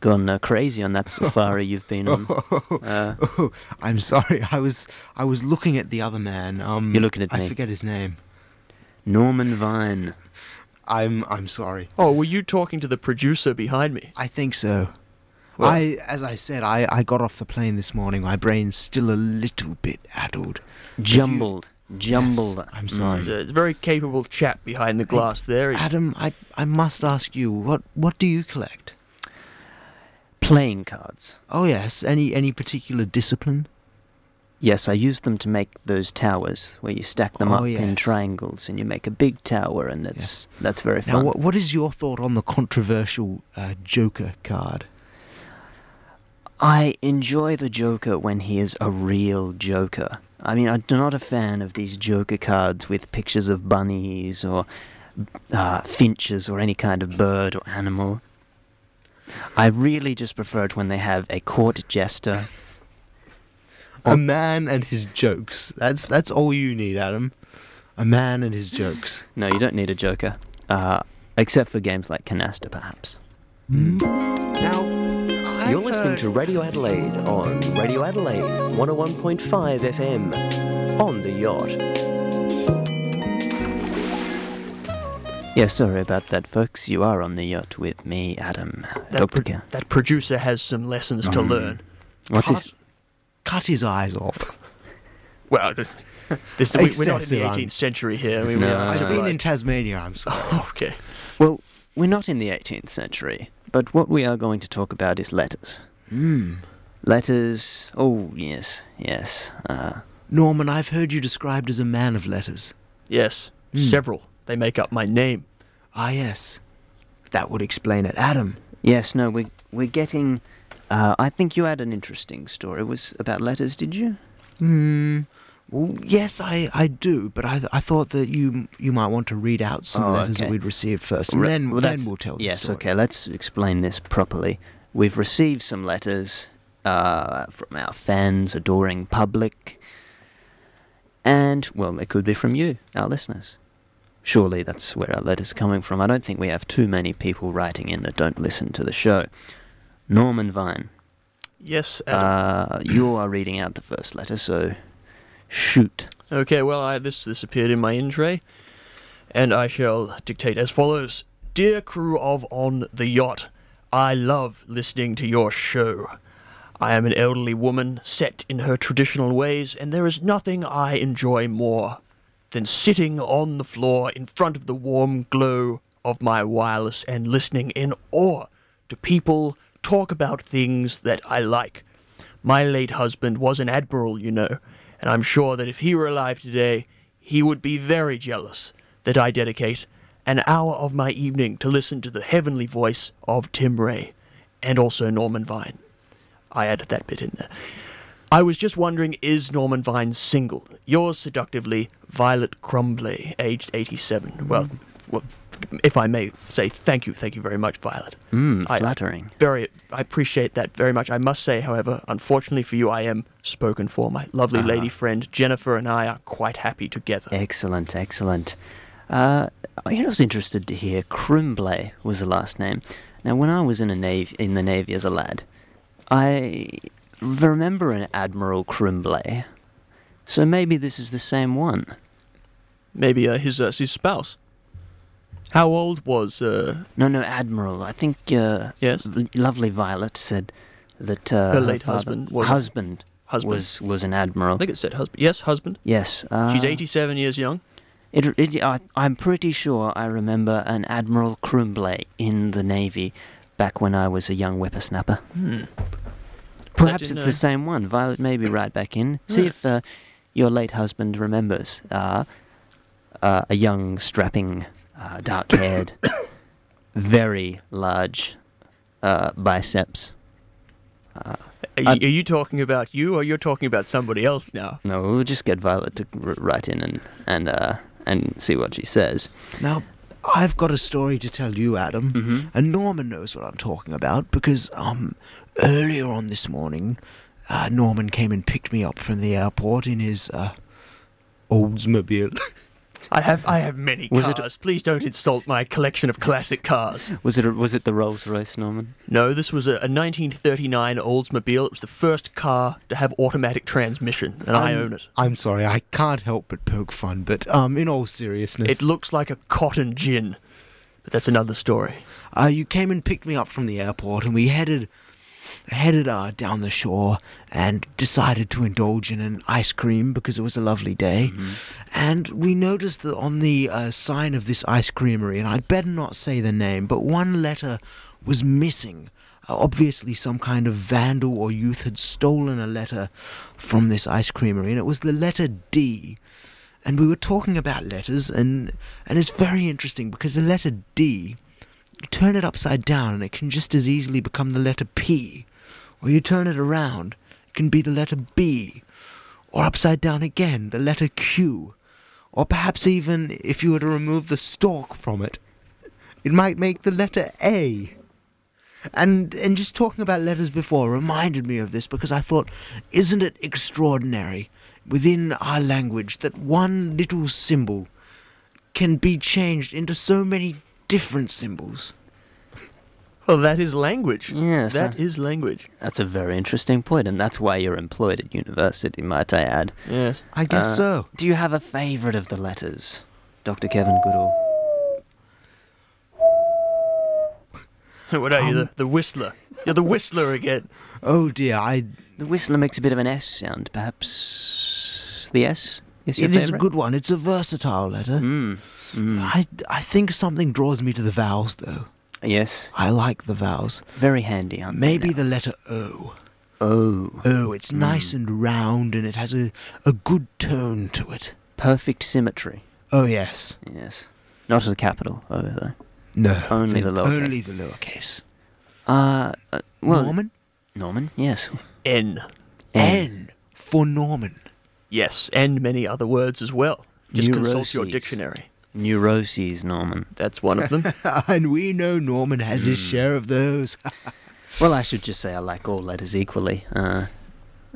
Speaker 1: gone uh, crazy on that safari you've been on. Uh,
Speaker 3: Oh, I'm sorry. I was I was looking at the other man. Um,
Speaker 1: You're looking at
Speaker 3: I
Speaker 1: me.
Speaker 3: forget his name.
Speaker 1: Norman Vine.
Speaker 3: I'm I'm sorry.
Speaker 2: Oh, were you talking to the producer behind me?
Speaker 3: I think so.
Speaker 2: Well-
Speaker 3: I as I said, I, I got off the plane this morning. My brain's still a little bit addled. But you-
Speaker 1: Jumbled. jumbled.
Speaker 3: I'm sorry.
Speaker 2: He's a very capable chap behind the glass there.
Speaker 3: Adam, I, I must ask you, what, what do you collect?
Speaker 1: Playing cards.
Speaker 3: Oh yes, any any particular discipline?
Speaker 1: Yes, I use them to make those towers where you stack them
Speaker 3: Oh,
Speaker 1: up in
Speaker 3: yes.
Speaker 1: triangles and you make a big tower, and that's that's very
Speaker 3: Now,
Speaker 1: fun.
Speaker 3: what, what is your thought on the controversial uh, Joker card?
Speaker 1: I enjoy the Joker when he is a real Joker. I mean, I'm not a fan of these Joker cards with pictures of bunnies or uh, finches or any kind of bird or animal. I really just prefer it when they have a court jester.
Speaker 3: A man and his jokes. That's that's all you need, Adam. A man and his jokes.
Speaker 1: No, you don't need a Joker, uh, except for games like Canasta, perhaps.
Speaker 11: You're listening to Radio Adelaide on Radio Adelaide 101.5 FM on the yacht.
Speaker 1: Yeah, sorry about that, folks. You are on the yacht with me, Adam.
Speaker 2: That, pro- that producer has some lessons
Speaker 3: Oh,
Speaker 2: to
Speaker 1: Mm.
Speaker 2: learn.
Speaker 1: What's his-
Speaker 2: Cut-
Speaker 3: Cut his eyes off.
Speaker 2: Well, this, we, we're not in
Speaker 3: Excessive,
Speaker 2: the
Speaker 3: I'm-
Speaker 2: 18th century here. I mean, we
Speaker 1: No.
Speaker 2: are
Speaker 1: I've been in
Speaker 2: civilized.
Speaker 3: Tasmania, I'm sorry.
Speaker 2: okay.
Speaker 1: Well, we're not in the 18th century, but what we are going to talk about is letters.
Speaker 3: Hmm.
Speaker 1: Letters. Oh, yes, yes. Uh,
Speaker 3: Norman, I've heard you described as a man of letters.
Speaker 2: Yes, several. They make up my name.
Speaker 3: Ah, yes. That would explain it. Adam.
Speaker 1: yes, no, we, we're getting. Uh, I think you had an interesting story. It was about letters, did you?
Speaker 3: Hmm. Well, yes, I, I do, but I I thought that you you might want to read out some
Speaker 1: Oh,
Speaker 3: letters that
Speaker 1: okay.
Speaker 3: we'd received first, and
Speaker 1: Re-
Speaker 3: then
Speaker 1: well,
Speaker 3: then
Speaker 1: that's-
Speaker 3: we'll tell the
Speaker 1: Yes,
Speaker 3: story.
Speaker 1: okay, let's explain this properly. We've received some letters uh, from our fans, adoring public, and, well, they could be from you, our listeners. Surely that's where our letters are coming from. I don't think we have too many people writing in that don't listen to the show. Norman Vine,
Speaker 2: Yes. Adam.
Speaker 1: uh, you are reading out the first letter, so shoot.
Speaker 2: Okay, well, I, this this appeared in my in tray, and I shall dictate as follows: Dear crew of on the yacht, I love listening to your show. I am an elderly woman set in her traditional ways, and there is nothing I enjoy more than sitting on the floor in front of the warm glow of my wireless and listening in awe to people talk about things that I like. My late husband was an admiral, you know, and I'm sure that if he were alive today, he would be very jealous that I dedicate an hour of my evening to listen to the heavenly voice of Tim Ray and also Norman Vine. I added that bit in there. I was just wondering is Norman Vine single? Yours seductively, Violet Crumbley, aged 87. Well,
Speaker 1: Mm.
Speaker 2: well, if I may say thank you, thank you very much, Violet.
Speaker 1: Mm,
Speaker 2: I-
Speaker 1: flattering.
Speaker 2: very I appreciate that very much. I must say, however, unfortunately for you, I am spoken for. My lovely
Speaker 1: Ah.
Speaker 2: lady friend Jennifer and I are quite happy together.
Speaker 1: Excellent, excellent. Uh, I was interested to hear Crimblay was the last name. Now, when I was in a navy, in the navy as a lad, I remember an Admiral Crimblay. So maybe this is the same one.
Speaker 2: Maybe uh, his uh, his spouse. How old was? Uh,
Speaker 1: No, no, Admiral. I think uh,
Speaker 2: yes.
Speaker 1: lovely Violet said that uh,
Speaker 2: Her late
Speaker 1: father-
Speaker 2: husband was-
Speaker 1: husband,
Speaker 2: Husband.
Speaker 1: was was an admiral.
Speaker 2: I think it said husband. Yes, husband.
Speaker 1: yes, uh,
Speaker 2: She's 87 years young.
Speaker 1: It, it, I, I'm pretty sure I remember an Admiral Crumblay in the Navy back when I was a young whippersnapper.
Speaker 2: Hmm.
Speaker 1: Perhaps
Speaker 2: in,
Speaker 1: it's
Speaker 2: uh,
Speaker 1: the same one. Violet may be right back in. See
Speaker 2: Yeah.
Speaker 1: if uh, your late husband remembers. Uh, uh, a young, strapping, uh, dark haired, very large uh, biceps. Uh,
Speaker 2: Are you,
Speaker 1: I-
Speaker 2: are you talking about you, or you're talking about somebody else now?
Speaker 1: no, we'll just get Violet to r- write in and, and, uh, and see what she says.
Speaker 3: Now, I've got a story to tell you, Adam,
Speaker 1: Mm-hmm.
Speaker 3: and Norman knows what I'm talking about because um, earlier on this morning, uh, Norman came and picked me up from the airport in his uh, Oldsmobile.
Speaker 2: I have I have many
Speaker 1: Was it-
Speaker 2: cars. Please don't insult my collection of classic cars.
Speaker 1: Was it, a, was it the Rolls Royce, Norman?
Speaker 2: No, this was a, a 1939 Oldsmobile. It was the first car to have automatic transmission, and I
Speaker 3: I'm-
Speaker 2: own it.
Speaker 3: Um, I'm sorry, I can't help but poke fun, but um, in all seriousness,
Speaker 2: It looks like a cotton gin, but that's another story.
Speaker 3: uh, you came and picked me up from the airport, and we headed headed uh, down the shore and decided to indulge in an ice cream because it was a lovely day.
Speaker 2: Mm-hmm.
Speaker 3: And we noticed that on the uh, sign of this ice creamery, and I'd better not say the name, but one letter was missing. Uh, obviously, some kind of vandal or youth had stolen a letter from this ice creamery, and it was the letter D and we were talking about letters and and it's very interesting because the letter D you turn it upside down and it can just as easily become the letter P or you turn it around it can be the letter B or upside down again the letter Q or perhaps even if you were to remove the stalk from it it might make the letter A and and just talking about letters before reminded me of this because I thought, isn't it extraordinary within our language that one little symbol can be changed into so many different symbols?
Speaker 2: Well, that is language.
Speaker 1: Yes.
Speaker 2: That
Speaker 1: is
Speaker 2: language.
Speaker 1: That's a very interesting point, and that's why you're employed at university, might I add.
Speaker 2: Yes.
Speaker 3: I guess so.
Speaker 1: Uh, Do you have a favourite of the letters, Dr. Kevin Goodall?
Speaker 2: what are you, the, the whistler? You're the whistler again.
Speaker 3: Oh dear, I.
Speaker 1: The whistler makes a bit of an S sound, perhaps. The S is your
Speaker 3: It is a
Speaker 1: favourite?
Speaker 3: good one. It's a versatile letter.
Speaker 1: Hmm,
Speaker 3: I I think something draws me to the vowels though.
Speaker 1: Yes.
Speaker 3: I like the vowels.
Speaker 1: Very handy. aren't they
Speaker 3: Maybe
Speaker 1: now?
Speaker 3: the letter O.
Speaker 1: Oh.
Speaker 3: Oh, it's nice and round, and it has a a good tone to it.
Speaker 1: Perfect symmetry.
Speaker 3: Oh yes.
Speaker 1: Yes. Not the capital O, though.
Speaker 3: No.
Speaker 1: Only the lowercase.
Speaker 3: Only the lowercase.
Speaker 1: Uh, uh, well,
Speaker 3: Norman?
Speaker 1: Norman, yes.
Speaker 2: N.
Speaker 3: N for Norman.
Speaker 2: Yes, and many other words as well. Just consult your
Speaker 1: Neuroses.
Speaker 2: dictionary.
Speaker 1: Neuroses, Norman.
Speaker 2: That's one of them.
Speaker 3: and we know Norman has his share of those.
Speaker 1: Hmm. well, I should just say I like all letters equally. Uh,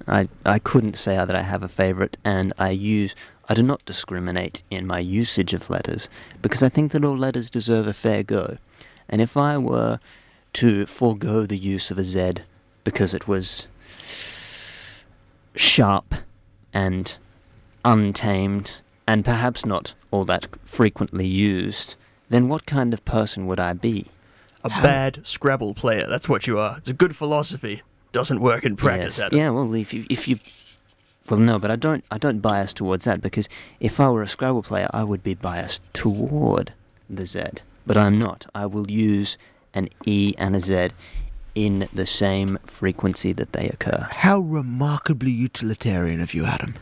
Speaker 1: I I couldn't say that I have a favorite, and I use I do not discriminate in my usage of letters because I think that all letters deserve a fair go, and if I were to forego the use of a Z because it was sharp and untamed and perhaps not all that frequently used, then what kind of person would I be?
Speaker 2: A bad Scrabble player. That's what you are. It's a good philosophy. Doesn't work in practice,
Speaker 1: Yes.
Speaker 2: Adam.
Speaker 1: Yeah, well, if you, if you, well, no, but I don't, I don't bias towards that because if I were a Scrabble player, I would be biased toward the Z. But I'm not. I will use an E and a Z in the same frequency that they occur.
Speaker 3: How remarkably utilitarian of you, Adam.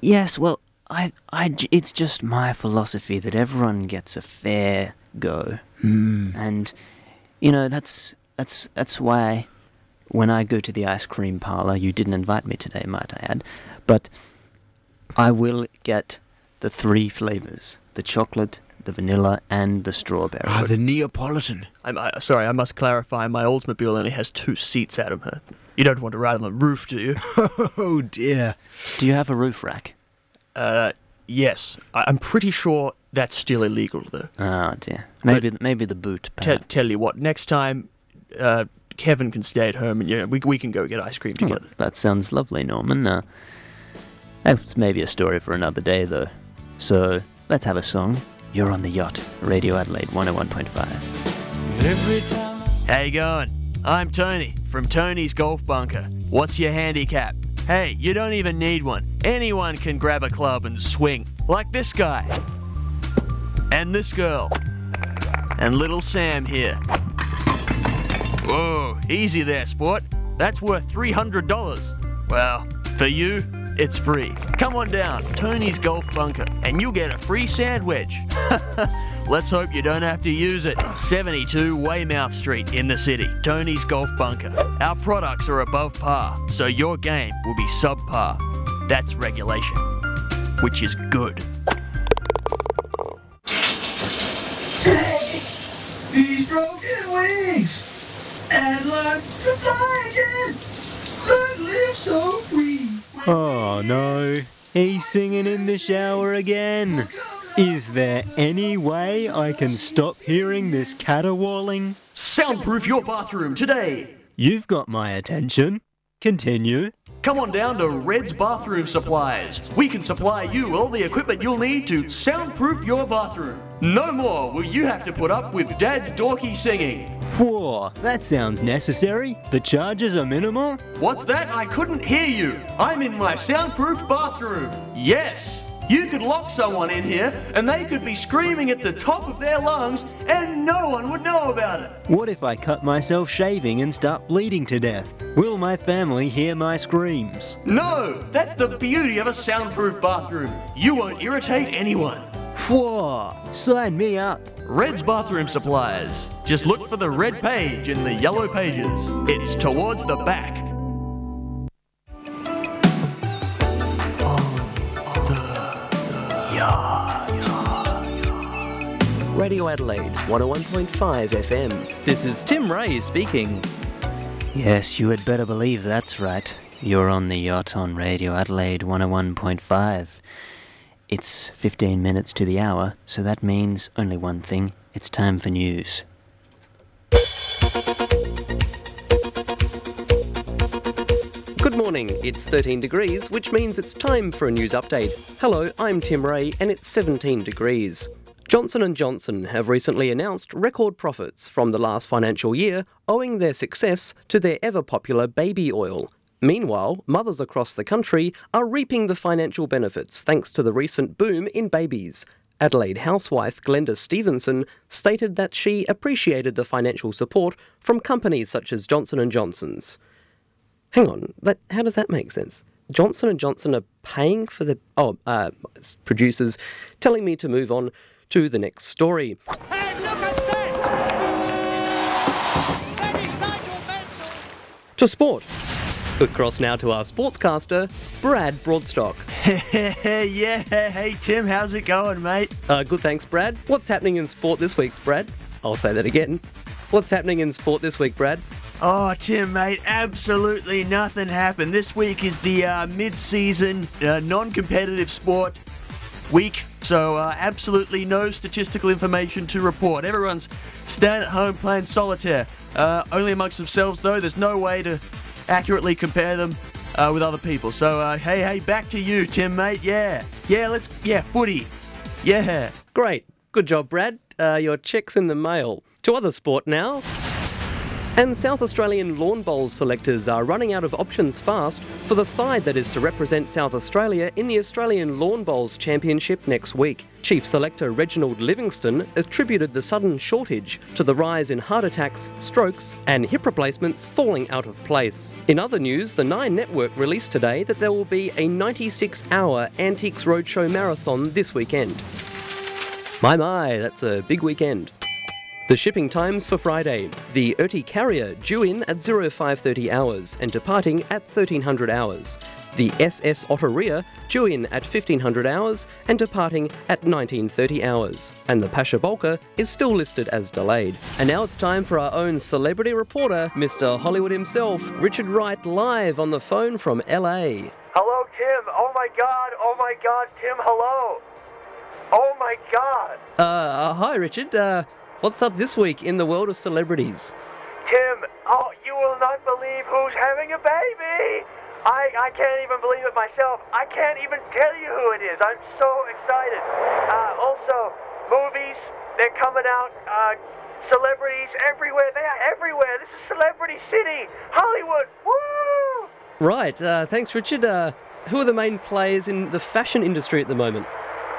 Speaker 1: Yes, well, I, I j- it's just my philosophy that everyone gets a fair go,
Speaker 3: Mm.
Speaker 1: and you know that's that's that's why when I go to the ice cream parlor, you didn't invite me today, might I add, but I will get the three flavors: the chocolate, the vanilla, and the strawberry.
Speaker 3: Ah, the Neapolitan.
Speaker 2: I'm I, sorry. I must clarify. My Oldsmobile only has two seats, Adam. Uh, You don't want to ride on the roof, do you?
Speaker 3: oh dear.
Speaker 1: Do you have a roof rack?
Speaker 2: Uh, yes. I, I'm pretty sure that's still illegal, though.
Speaker 1: Oh dear, maybe maybe the boot.
Speaker 2: Te-
Speaker 1: perhaps.
Speaker 2: tell you what. Next time, uh, Kevin can stay at home, and you know, we we can go get ice cream
Speaker 1: Oh,
Speaker 2: together.
Speaker 1: that sounds lovely, Norman. Uh, that's maybe a story for another day, though. So let's have a song. You're on the yacht, Radio Adelaide 101.5.
Speaker 2: How you going? I'm Tony from Tony's Golf Bunker. What's your handicap? Hey, you don't even need one. Anyone can grab a club and swing, like this guy, and this girl, and little Sam here. Whoa, easy there, sport. That's worth $300. Well, for you, it's free. Come on down, Tony's Golf Bunker, and you'll get a free sand wedge. Let's hope you don't have to use it. 72 Weymouth Street in the city, Tony's Golf Bunker. Our products are above par, so your game will be subpar. That's regulation, which is good.
Speaker 10: These broken wings! And learn to fly again! Learn live so free!
Speaker 6: Oh no, he's singing in the shower again. Is there any way I can stop hearing this caterwauling?
Speaker 2: Soundproof your bathroom today!
Speaker 6: You've got my attention. Continue.
Speaker 2: Come on down to Red's Bathroom Supplies. We can supply you all the equipment you'll need to soundproof your bathroom. No more will you have to put up with Dad's dorky singing.
Speaker 1: Whoa, that sounds necessary. The charges are minimal.
Speaker 2: What's that? I couldn't hear you. I'm in my soundproof bathroom. Yes. You could lock someone in here and they could be screaming at the top of their lungs and no one would know about it.
Speaker 1: What if I cut myself shaving and start bleeding to death? Will my family hear my screams?
Speaker 2: No, that's the beauty of a soundproof bathroom. You won't irritate anyone.
Speaker 1: Whoa, sign me up.
Speaker 2: Red's Bathroom Supplies. Just look for the red page in the yellow pages. It's towards the back.
Speaker 11: Radio Adelaide 101.5 FM.
Speaker 12: This is Tim Ray speaking.
Speaker 1: Yes, you had better believe that's right. You're on the yacht on Radio Adelaide 101.5. It's 15 minutes to the hour, so that means only one thing it's time for news.
Speaker 12: Good morning. It's 13 degrees, which means it's time for a news update. Hello, I'm Tim Ray and it's 17 degrees. Johnson & Johnson have recently announced record profits from the last financial year owing their success to their ever popular baby oil. Meanwhile, mothers across the country are reaping the financial benefits thanks to the recent boom in babies. Adelaide housewife Glenda Stevenson stated that she appreciated the financial support from companies such as Johnson & Johnson's. Hang on, that, how does that make sense? Johnson and Johnson are paying for the oh uh, producers, telling me to move on to the next story. To sport. Across now to our sportscaster, Brad Broadstock.
Speaker 2: yeah, hey Tim, how's it going, mate?
Speaker 12: Uh, good, thanks, Brad. What's happening in sport this week's Brad? I'll say that again. What's happening in sport this week, Brad?
Speaker 2: Oh, Tim, mate, absolutely nothing happened. This week is the uh, mid season uh, non competitive sport week, so uh, absolutely no statistical information to report. Everyone's staying at home playing solitaire, uh, only amongst themselves, though. There's no way to accurately compare them uh, with other people. So, uh, hey, hey, back to you, Tim, mate. Yeah, yeah, let's, yeah, footy. Yeah.
Speaker 12: Great. Good job, Brad. Uh, your check's in the mail. To other sport now. And South Australian lawn bowls selectors are running out of options fast for the side that is to represent South Australia in the Australian Lawn Bowls Championship next week. Chief selector Reginald Livingston attributed the sudden shortage to the rise in heart attacks, strokes, and hip replacements falling out of place. In other news, the Nine Network released today that there will be a 96 hour Antiques Roadshow marathon this weekend. My, my, that's a big weekend. The shipping times for Friday. The Erti carrier due in at 0530 hours and departing at 1300 hours. The SS Otteria due in at 1500 hours and departing at 1930 hours. And the Pasha Bolka is still listed as delayed. And now it's time for our own celebrity reporter, Mr. Hollywood himself, Richard Wright, live on the phone from LA.
Speaker 13: Hello, Tim. Oh my God. Oh my God, Tim. Hello. Oh my God.
Speaker 12: Uh, uh, hi, Richard. Uh, what's up this week in the world of celebrities?
Speaker 13: Tim, oh, you will not believe who's having a baby. I, I can't even believe it myself. I can't even tell you who it is. I'm so excited. Uh, also, movies, they're coming out. Uh, celebrities everywhere. They are everywhere. This is Celebrity City, Hollywood. Woo!
Speaker 12: Right, uh, thanks, Richard. Uh, who are the main players in the fashion industry at the moment?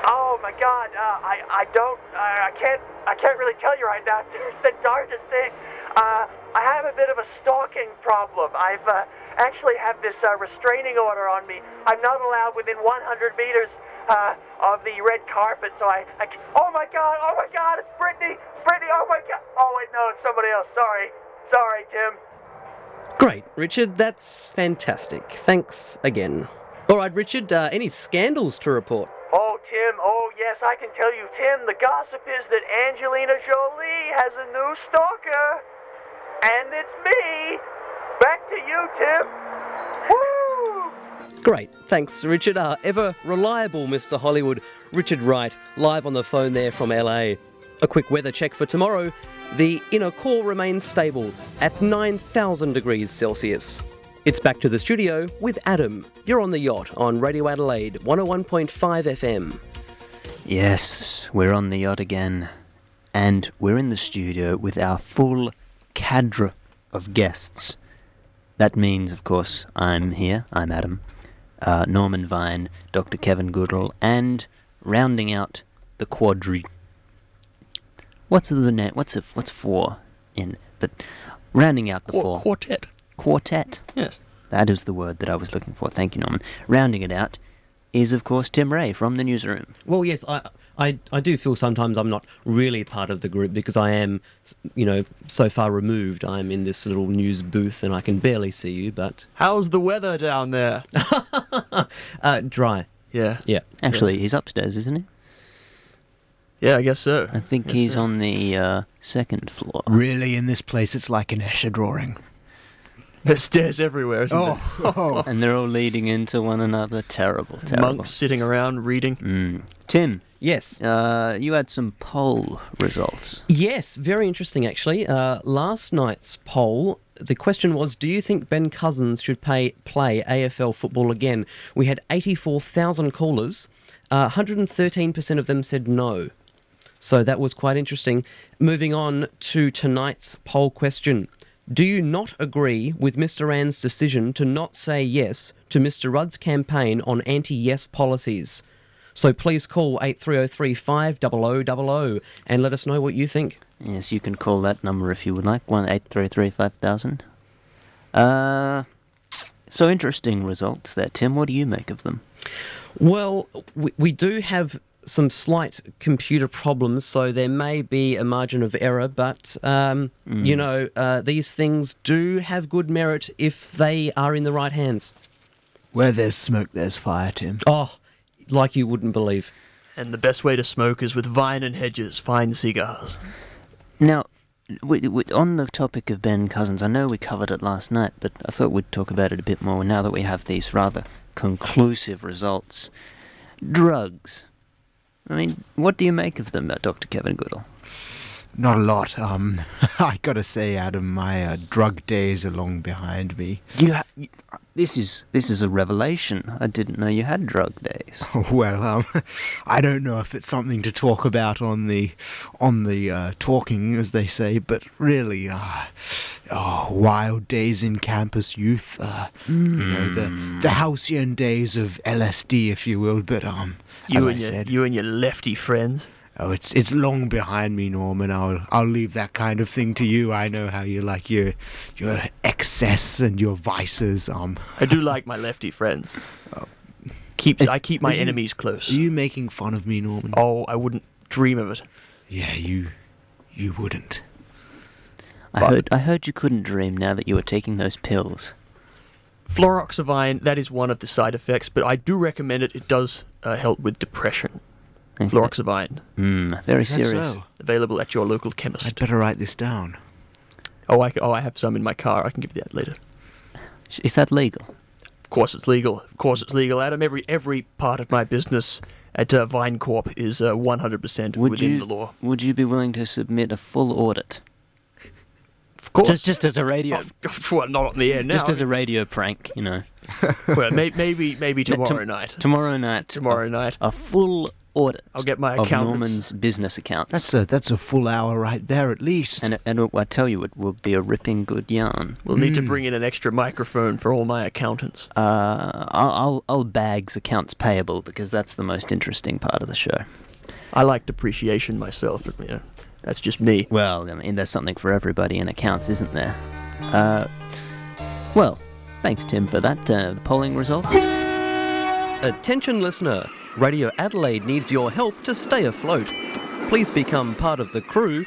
Speaker 13: Oh my God, uh, I, I don't, uh, I can't, I can't really tell you right now. It's, it's the darkest thing. Uh, I have a bit of a stalking problem. I've uh, actually have this uh, restraining order on me. I'm not allowed within 100 meters uh, of the red carpet, so I, I, ca- oh my God, oh my God, it's Brittany, Brittany, oh my God. Oh wait, no, it's somebody else. Sorry, sorry, Tim.
Speaker 12: Great, Richard, that's fantastic. Thanks again. All right, Richard, uh, any scandals to report?
Speaker 13: Oh, Tim, oh yes, I can tell you, Tim, the gossip is that Angelina Jolie has a new stalker. And it's me. Back to you, Tim. Woo!
Speaker 12: Great. Thanks, Richard. Our ever reliable Mr. Hollywood, Richard Wright, live on the phone there from LA. A quick weather check for tomorrow. The inner core remains stable at 9,000 degrees Celsius. It's back to the studio with Adam. You're on the yacht on Radio Adelaide 101.5 FM.
Speaker 1: Yes, we're on the yacht again, and we're in the studio with our full cadre of guests. That means, of course, I'm here, I'm Adam, uh, Norman Vine, Dr. Kevin Goodall, and rounding out the quadri. What's the net? What's it? What's four in? But rounding out the
Speaker 2: Quar-
Speaker 1: four
Speaker 2: quartet.
Speaker 1: quartet.
Speaker 2: Yes.
Speaker 1: That is the word that I was looking for. Thank you, Norman. Rounding it out is, of course, Tim Ray from the newsroom.
Speaker 14: Well, yes, I, I, I do feel sometimes I'm not really part of the group because I am, you know, so far removed. I'm in this little news booth and I can barely see you, but
Speaker 2: How's the weather down there?
Speaker 14: uh, dry.
Speaker 2: Yeah.
Speaker 14: Yeah.
Speaker 1: Actually, he's upstairs, isn't he?
Speaker 2: Yeah, I guess so.
Speaker 1: I think
Speaker 2: Yes,
Speaker 1: he's
Speaker 2: sir.
Speaker 1: on the uh, second floor.
Speaker 3: Really, in this place, it's like an Escher drawing.
Speaker 2: There's stairs everywhere, isn't
Speaker 3: Oh,
Speaker 2: there?
Speaker 1: and they're all leading into one another. Terrible, terrible.
Speaker 2: Monks sitting around reading.
Speaker 1: Mm. Tim.
Speaker 14: Yes.
Speaker 1: Uh, you had some poll results.
Speaker 14: Yes, very interesting actually. Uh, last night's poll, the question was Do you think Ben Cousins should pay, play AFL football again? We had 84,000 callers. Uh, 113% of them said no. So that was quite interesting. Moving on to tonight's poll question Do you not agree with Mr. Rand's decision to not say yes to Mr. Rudd's campaign on anti yes policies? So please call 8303 50000 and let us know what you think.
Speaker 1: Yes, you can call that number if you would like. One eight three three five thousand. Uh, so interesting results there, Tim. What do you make of them?
Speaker 14: Well, we, we do have some slight computer problems, so there may be a margin of error, but um, you know, uh, these things do have good merit if they are in the right hands.
Speaker 3: Where there's smoke, there's fire, Tim.
Speaker 14: Oh, like you wouldn't believe.
Speaker 2: And the best way to smoke is with vine and hedges, fine cigars.
Speaker 1: Now, w w on the topic of Ben Cousins, I know we covered it last night, but I thought we'd talk about it a bit more now that we have these rather conclusive results. Drugs. I mean, what do you make of them, uh, Dr. Kevin Goodall?
Speaker 3: Not a lot. Um, I gotta say, Adam, my uh, drug days are long behind me.
Speaker 1: You ha- y- this is this is a revelation. I didn't know you had drug days.
Speaker 3: Well, um, I don't know if it's something to talk about on the on the uh, talking, as they say, but really, uh, oh, wild days in campus youth. Uh, You know
Speaker 1: Mm.
Speaker 3: the the halcyon days of LSD, if you will. But um,
Speaker 2: You
Speaker 3: as
Speaker 2: and
Speaker 3: I
Speaker 2: your
Speaker 3: said,
Speaker 2: you and your lefty friends.
Speaker 3: Oh, it's it's long behind me, Norman. I'll I'll leave that kind of thing to you. I know how you like your your excess and your vices. Um,
Speaker 2: I do like my lefty friends. Keep
Speaker 3: It's-
Speaker 2: I keep my
Speaker 3: are you-
Speaker 2: enemies close.
Speaker 3: Are you making fun of me, Norman?
Speaker 2: Oh, I wouldn't dream of it.
Speaker 3: Yeah, you you wouldn't.
Speaker 1: I heard I heard you couldn't dream now that you were taking those pills.
Speaker 2: Fluoroxavine, that is one of the side effects, but I do recommend it. It does uh, help with depression.
Speaker 1: Okay.
Speaker 2: Fluoroxavine.
Speaker 1: Mm, very
Speaker 3: Is that
Speaker 1: serious.
Speaker 3: so?
Speaker 2: Available at your local chemist.
Speaker 3: I'd better write this down.
Speaker 2: Oh, I, c- oh, I have some in my car. I can give you that later.
Speaker 1: Is that legal?
Speaker 2: Of course it's legal. Of course it's legal, Adam. Every every part of my business at uh, VineCorp is uh, 100%
Speaker 1: Would
Speaker 2: within
Speaker 1: you
Speaker 2: the law.
Speaker 1: would you be willing to submit a full audit?
Speaker 2: Of course.
Speaker 1: Just just as a radio
Speaker 2: well, not on the air now.
Speaker 1: Just as a radio prank, you know.
Speaker 2: well, may, maybe maybe
Speaker 1: Tom-
Speaker 2: tomorrow night.
Speaker 1: Tomorrow night.
Speaker 2: Tomorrow
Speaker 1: a,
Speaker 2: night.
Speaker 1: A full audit.
Speaker 2: I'll get my
Speaker 1: of
Speaker 2: accountants.
Speaker 1: Norman's business accounts.
Speaker 3: That's a that's a full hour right there at least.
Speaker 1: and and I tell you, it will be a ripping good yarn.
Speaker 2: We'll need to
Speaker 3: Mm.
Speaker 2: bring in an extra microphone for all my accountants.
Speaker 1: Uh, I'll, I'll I'll bags accounts payable because that's the most interesting part of the show.
Speaker 2: I like depreciation myself, but you know, that's just me.
Speaker 1: Well, I mean, there's something for everybody in accounts, isn't there? Uh, well, thanks Tim for that uh, polling results.
Speaker 12: Attention listener, Radio Adelaide needs your help to stay afloat. Please become part of the crew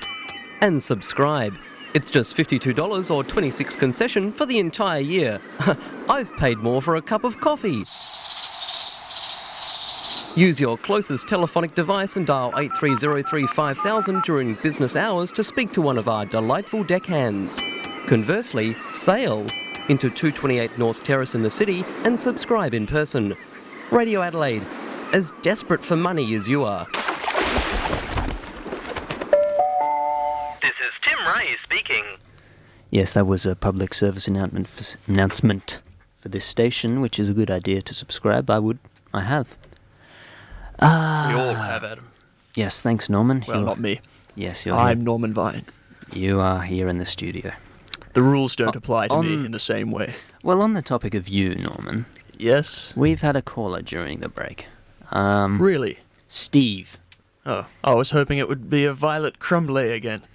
Speaker 12: and subscribe. It's just $52 or 26 concession for the entire year. I've paid more for a cup of coffee. Use your closest telephonic device and dial 8303 5000 during business hours to speak to one of our delightful deckhands. Conversely, sail into 228 North Terrace in the city and subscribe in person. Radio Adelaide, as desperate for money as you are.
Speaker 15: This is Tim Ray speaking.
Speaker 1: Yes, that was a public service announcement for, announcement for this station, which is a good idea to subscribe. I would, I have. Ah,
Speaker 2: we all have Adam.
Speaker 1: Yes, thanks, Norman.
Speaker 2: Well,
Speaker 1: You're-
Speaker 2: not me.
Speaker 1: Yes, you're.
Speaker 2: I'm
Speaker 1: here.
Speaker 2: Norman Vine.
Speaker 1: You are here in the studio.
Speaker 2: The rules don't apply to
Speaker 1: on-
Speaker 2: me in the same way.
Speaker 1: Well, on the topic of you, Norman.
Speaker 2: Yes.
Speaker 1: We've had a caller during the break. Um,
Speaker 2: really?
Speaker 1: Steve.
Speaker 2: Oh, I was hoping it would be a Violet Crumbly again.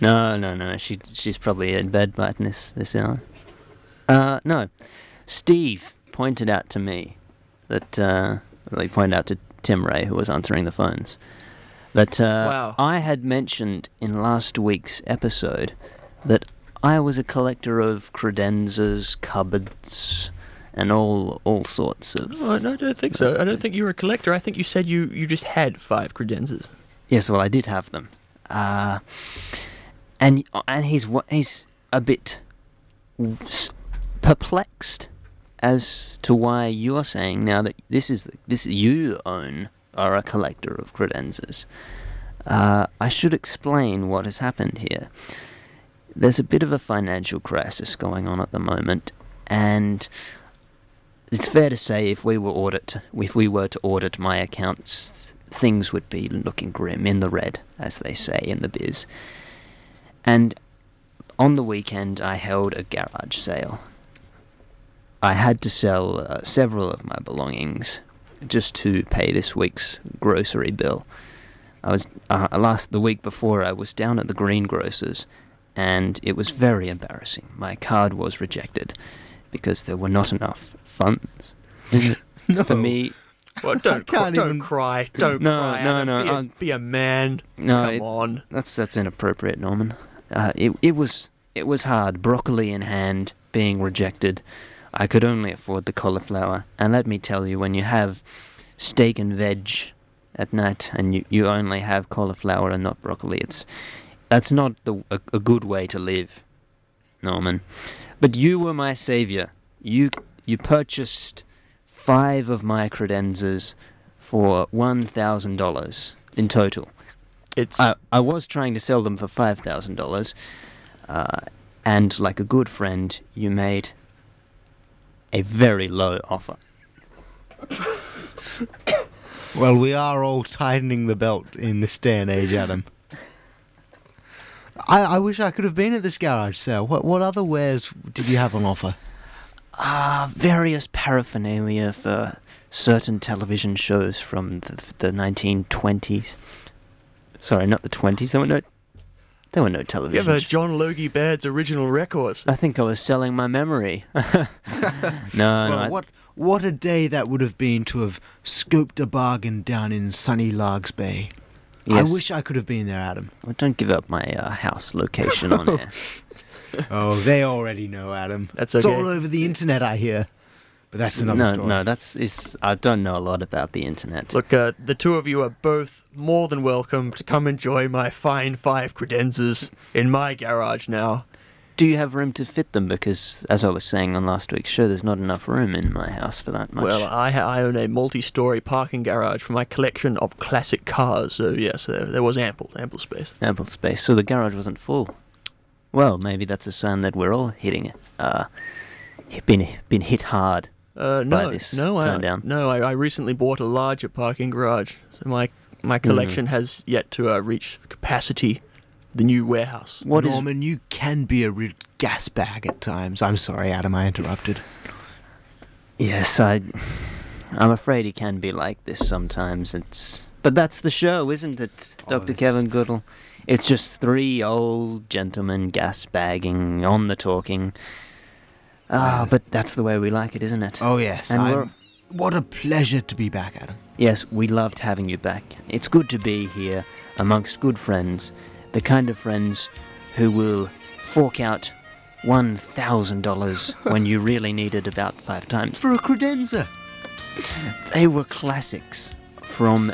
Speaker 1: No, no, no. She she's probably in bed by this this hour. Uh, no, Steve pointed out to me that uh, well, he pointed out to Tim Ray, who was answering the phones, that uh,
Speaker 2: Wow.
Speaker 1: I had mentioned in last week's episode that I was a collector of credenzas, cupboards, and all all sorts of.
Speaker 2: Oh, No, I- no, I don't think so. I don't think you're a collector. I think you said you, you just had five credenzas.
Speaker 1: Yes, well, I did have them, uh, and and he's wa- he's a bit s- perplexed as to why you're saying now that this is the, this you own are a collector of credenzas. Uh, I should explain what has happened here. There's a bit of a financial crisis going on at the moment, and it's fair to say if we were audit if we were to audit my accounts things would be looking grim in the red as they say in the biz and on the weekend i held a garage sale i had to sell uh, several of my belongings just to pay this week's grocery bill i was uh, last the week before i was down at the greengrocers and it was very embarrassing my card was rejected because there were not enough funds for me
Speaker 2: Well, don't, cry,
Speaker 1: can't
Speaker 2: don't
Speaker 1: even-
Speaker 2: cry. Don't
Speaker 1: No,
Speaker 2: cry.
Speaker 1: no,
Speaker 2: Adam.
Speaker 1: no,
Speaker 2: Be a,
Speaker 1: I'll-
Speaker 2: be a man.
Speaker 1: No,
Speaker 2: Come
Speaker 1: it-
Speaker 2: on.
Speaker 1: That's that's inappropriate, Norman. Uh, it it was it was hard. Broccoli in hand, being rejected. I could only afford the cauliflower. And let me tell you, when you have steak and veg at night, and you, you only have cauliflower and not broccoli, it's that's not the, a, a good way to live, Norman. But you were my savior. You you purchased five of my credenzas for one thousand dollars in total.
Speaker 2: It's
Speaker 1: I, I was trying to sell them for five thousand dollars, uh, and like a good friend, you made a very low offer.
Speaker 3: Well, we are all tightening the belt in this day and age, Adam. I, I wish I could have been at this garage sale. What what other wares did you have on offer?
Speaker 1: Ah, various paraphernalia for certain television shows from the, the 1920s. Sorry, not the 20s. There were no, there were no
Speaker 2: You
Speaker 1: television.
Speaker 2: ever heard
Speaker 1: sh-
Speaker 2: John Logie Baird's original records?
Speaker 1: I think I was selling my memory. no, no.
Speaker 3: well,
Speaker 1: I-
Speaker 3: what what a day that would have been to have scooped a bargain down in sunny Largs Bay.
Speaker 1: Yes.
Speaker 3: I wish I could have been there, Adam.
Speaker 1: Well, don't give up my uh, house location on air.
Speaker 3: Oh, they already know, Adam.
Speaker 1: That's
Speaker 3: It's
Speaker 1: okay.
Speaker 3: all over the internet, I hear. But that's another
Speaker 1: no,
Speaker 3: story.
Speaker 1: No, that's it's, I don't know a lot about the internet.
Speaker 2: Look, uh, the two of you are both more than welcome to come enjoy my fine five credenzas in my garage now.
Speaker 1: Do you have room to fit them? Because as I was saying on last week's show, there's not enough room in my house for that much.
Speaker 2: Well, I, ha- I own a multi-story parking garage for my collection of classic cars, so yes, there, there was ample, ample space.
Speaker 1: ample space, so the garage wasn't full. Well, maybe that's a sign that we're all hitting uh, been been hit hard
Speaker 2: Uh,
Speaker 1: by
Speaker 2: no,
Speaker 1: this
Speaker 2: no, I,
Speaker 1: turn down.
Speaker 2: no. I, I recently bought a larger parking garage, so my my
Speaker 3: Hmm.
Speaker 2: collection has yet to uh, reach capacity. The new warehouse.
Speaker 3: What Norman, you can be a real gas bag at times. I'm sorry, Adam, I interrupted.
Speaker 1: Yes, I. I'm afraid he can be like this sometimes. It's but that's the show, isn't it,
Speaker 2: Oh,
Speaker 1: Dr. Kevin Goodall? It's just three old gentlemen gas bagging on the talking. Ah, but that's the way we like it, isn't it?
Speaker 3: Oh, yes.
Speaker 1: and
Speaker 3: I'm-
Speaker 1: we're,
Speaker 3: what a pleasure to be back, Adam.
Speaker 1: yes, we loved having you back. It's good to be here amongst good friends, the kind of friends who will fork out one thousand dollars when you really need it about five times.
Speaker 3: For a credenza.
Speaker 1: They were classics from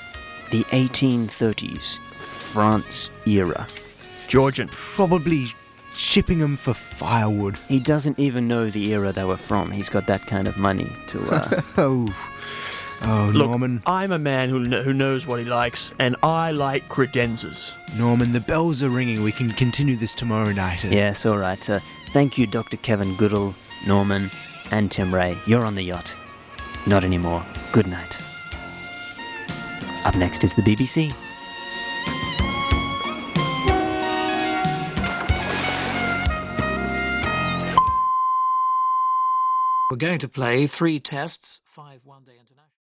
Speaker 1: the 1830s France era.
Speaker 2: Georgian.
Speaker 3: Probably shipping them for firewood.
Speaker 1: He doesn't even know the era they were from. He's got that kind of money to. Uh,
Speaker 3: oh. Oh,
Speaker 2: Look,
Speaker 3: Norman.
Speaker 2: I'm a man who kn- who knows what he likes, and I like credenzas.
Speaker 3: Norman, the bells are ringing. We can continue this tomorrow night.
Speaker 1: yes, all right. Uh, thank you, Dr. Kevin Goodall, Norman, and Tim Ray. You're on the yacht. Not anymore. Good night. Up next is the BBC.
Speaker 7: We're going to play three tests, five one day international.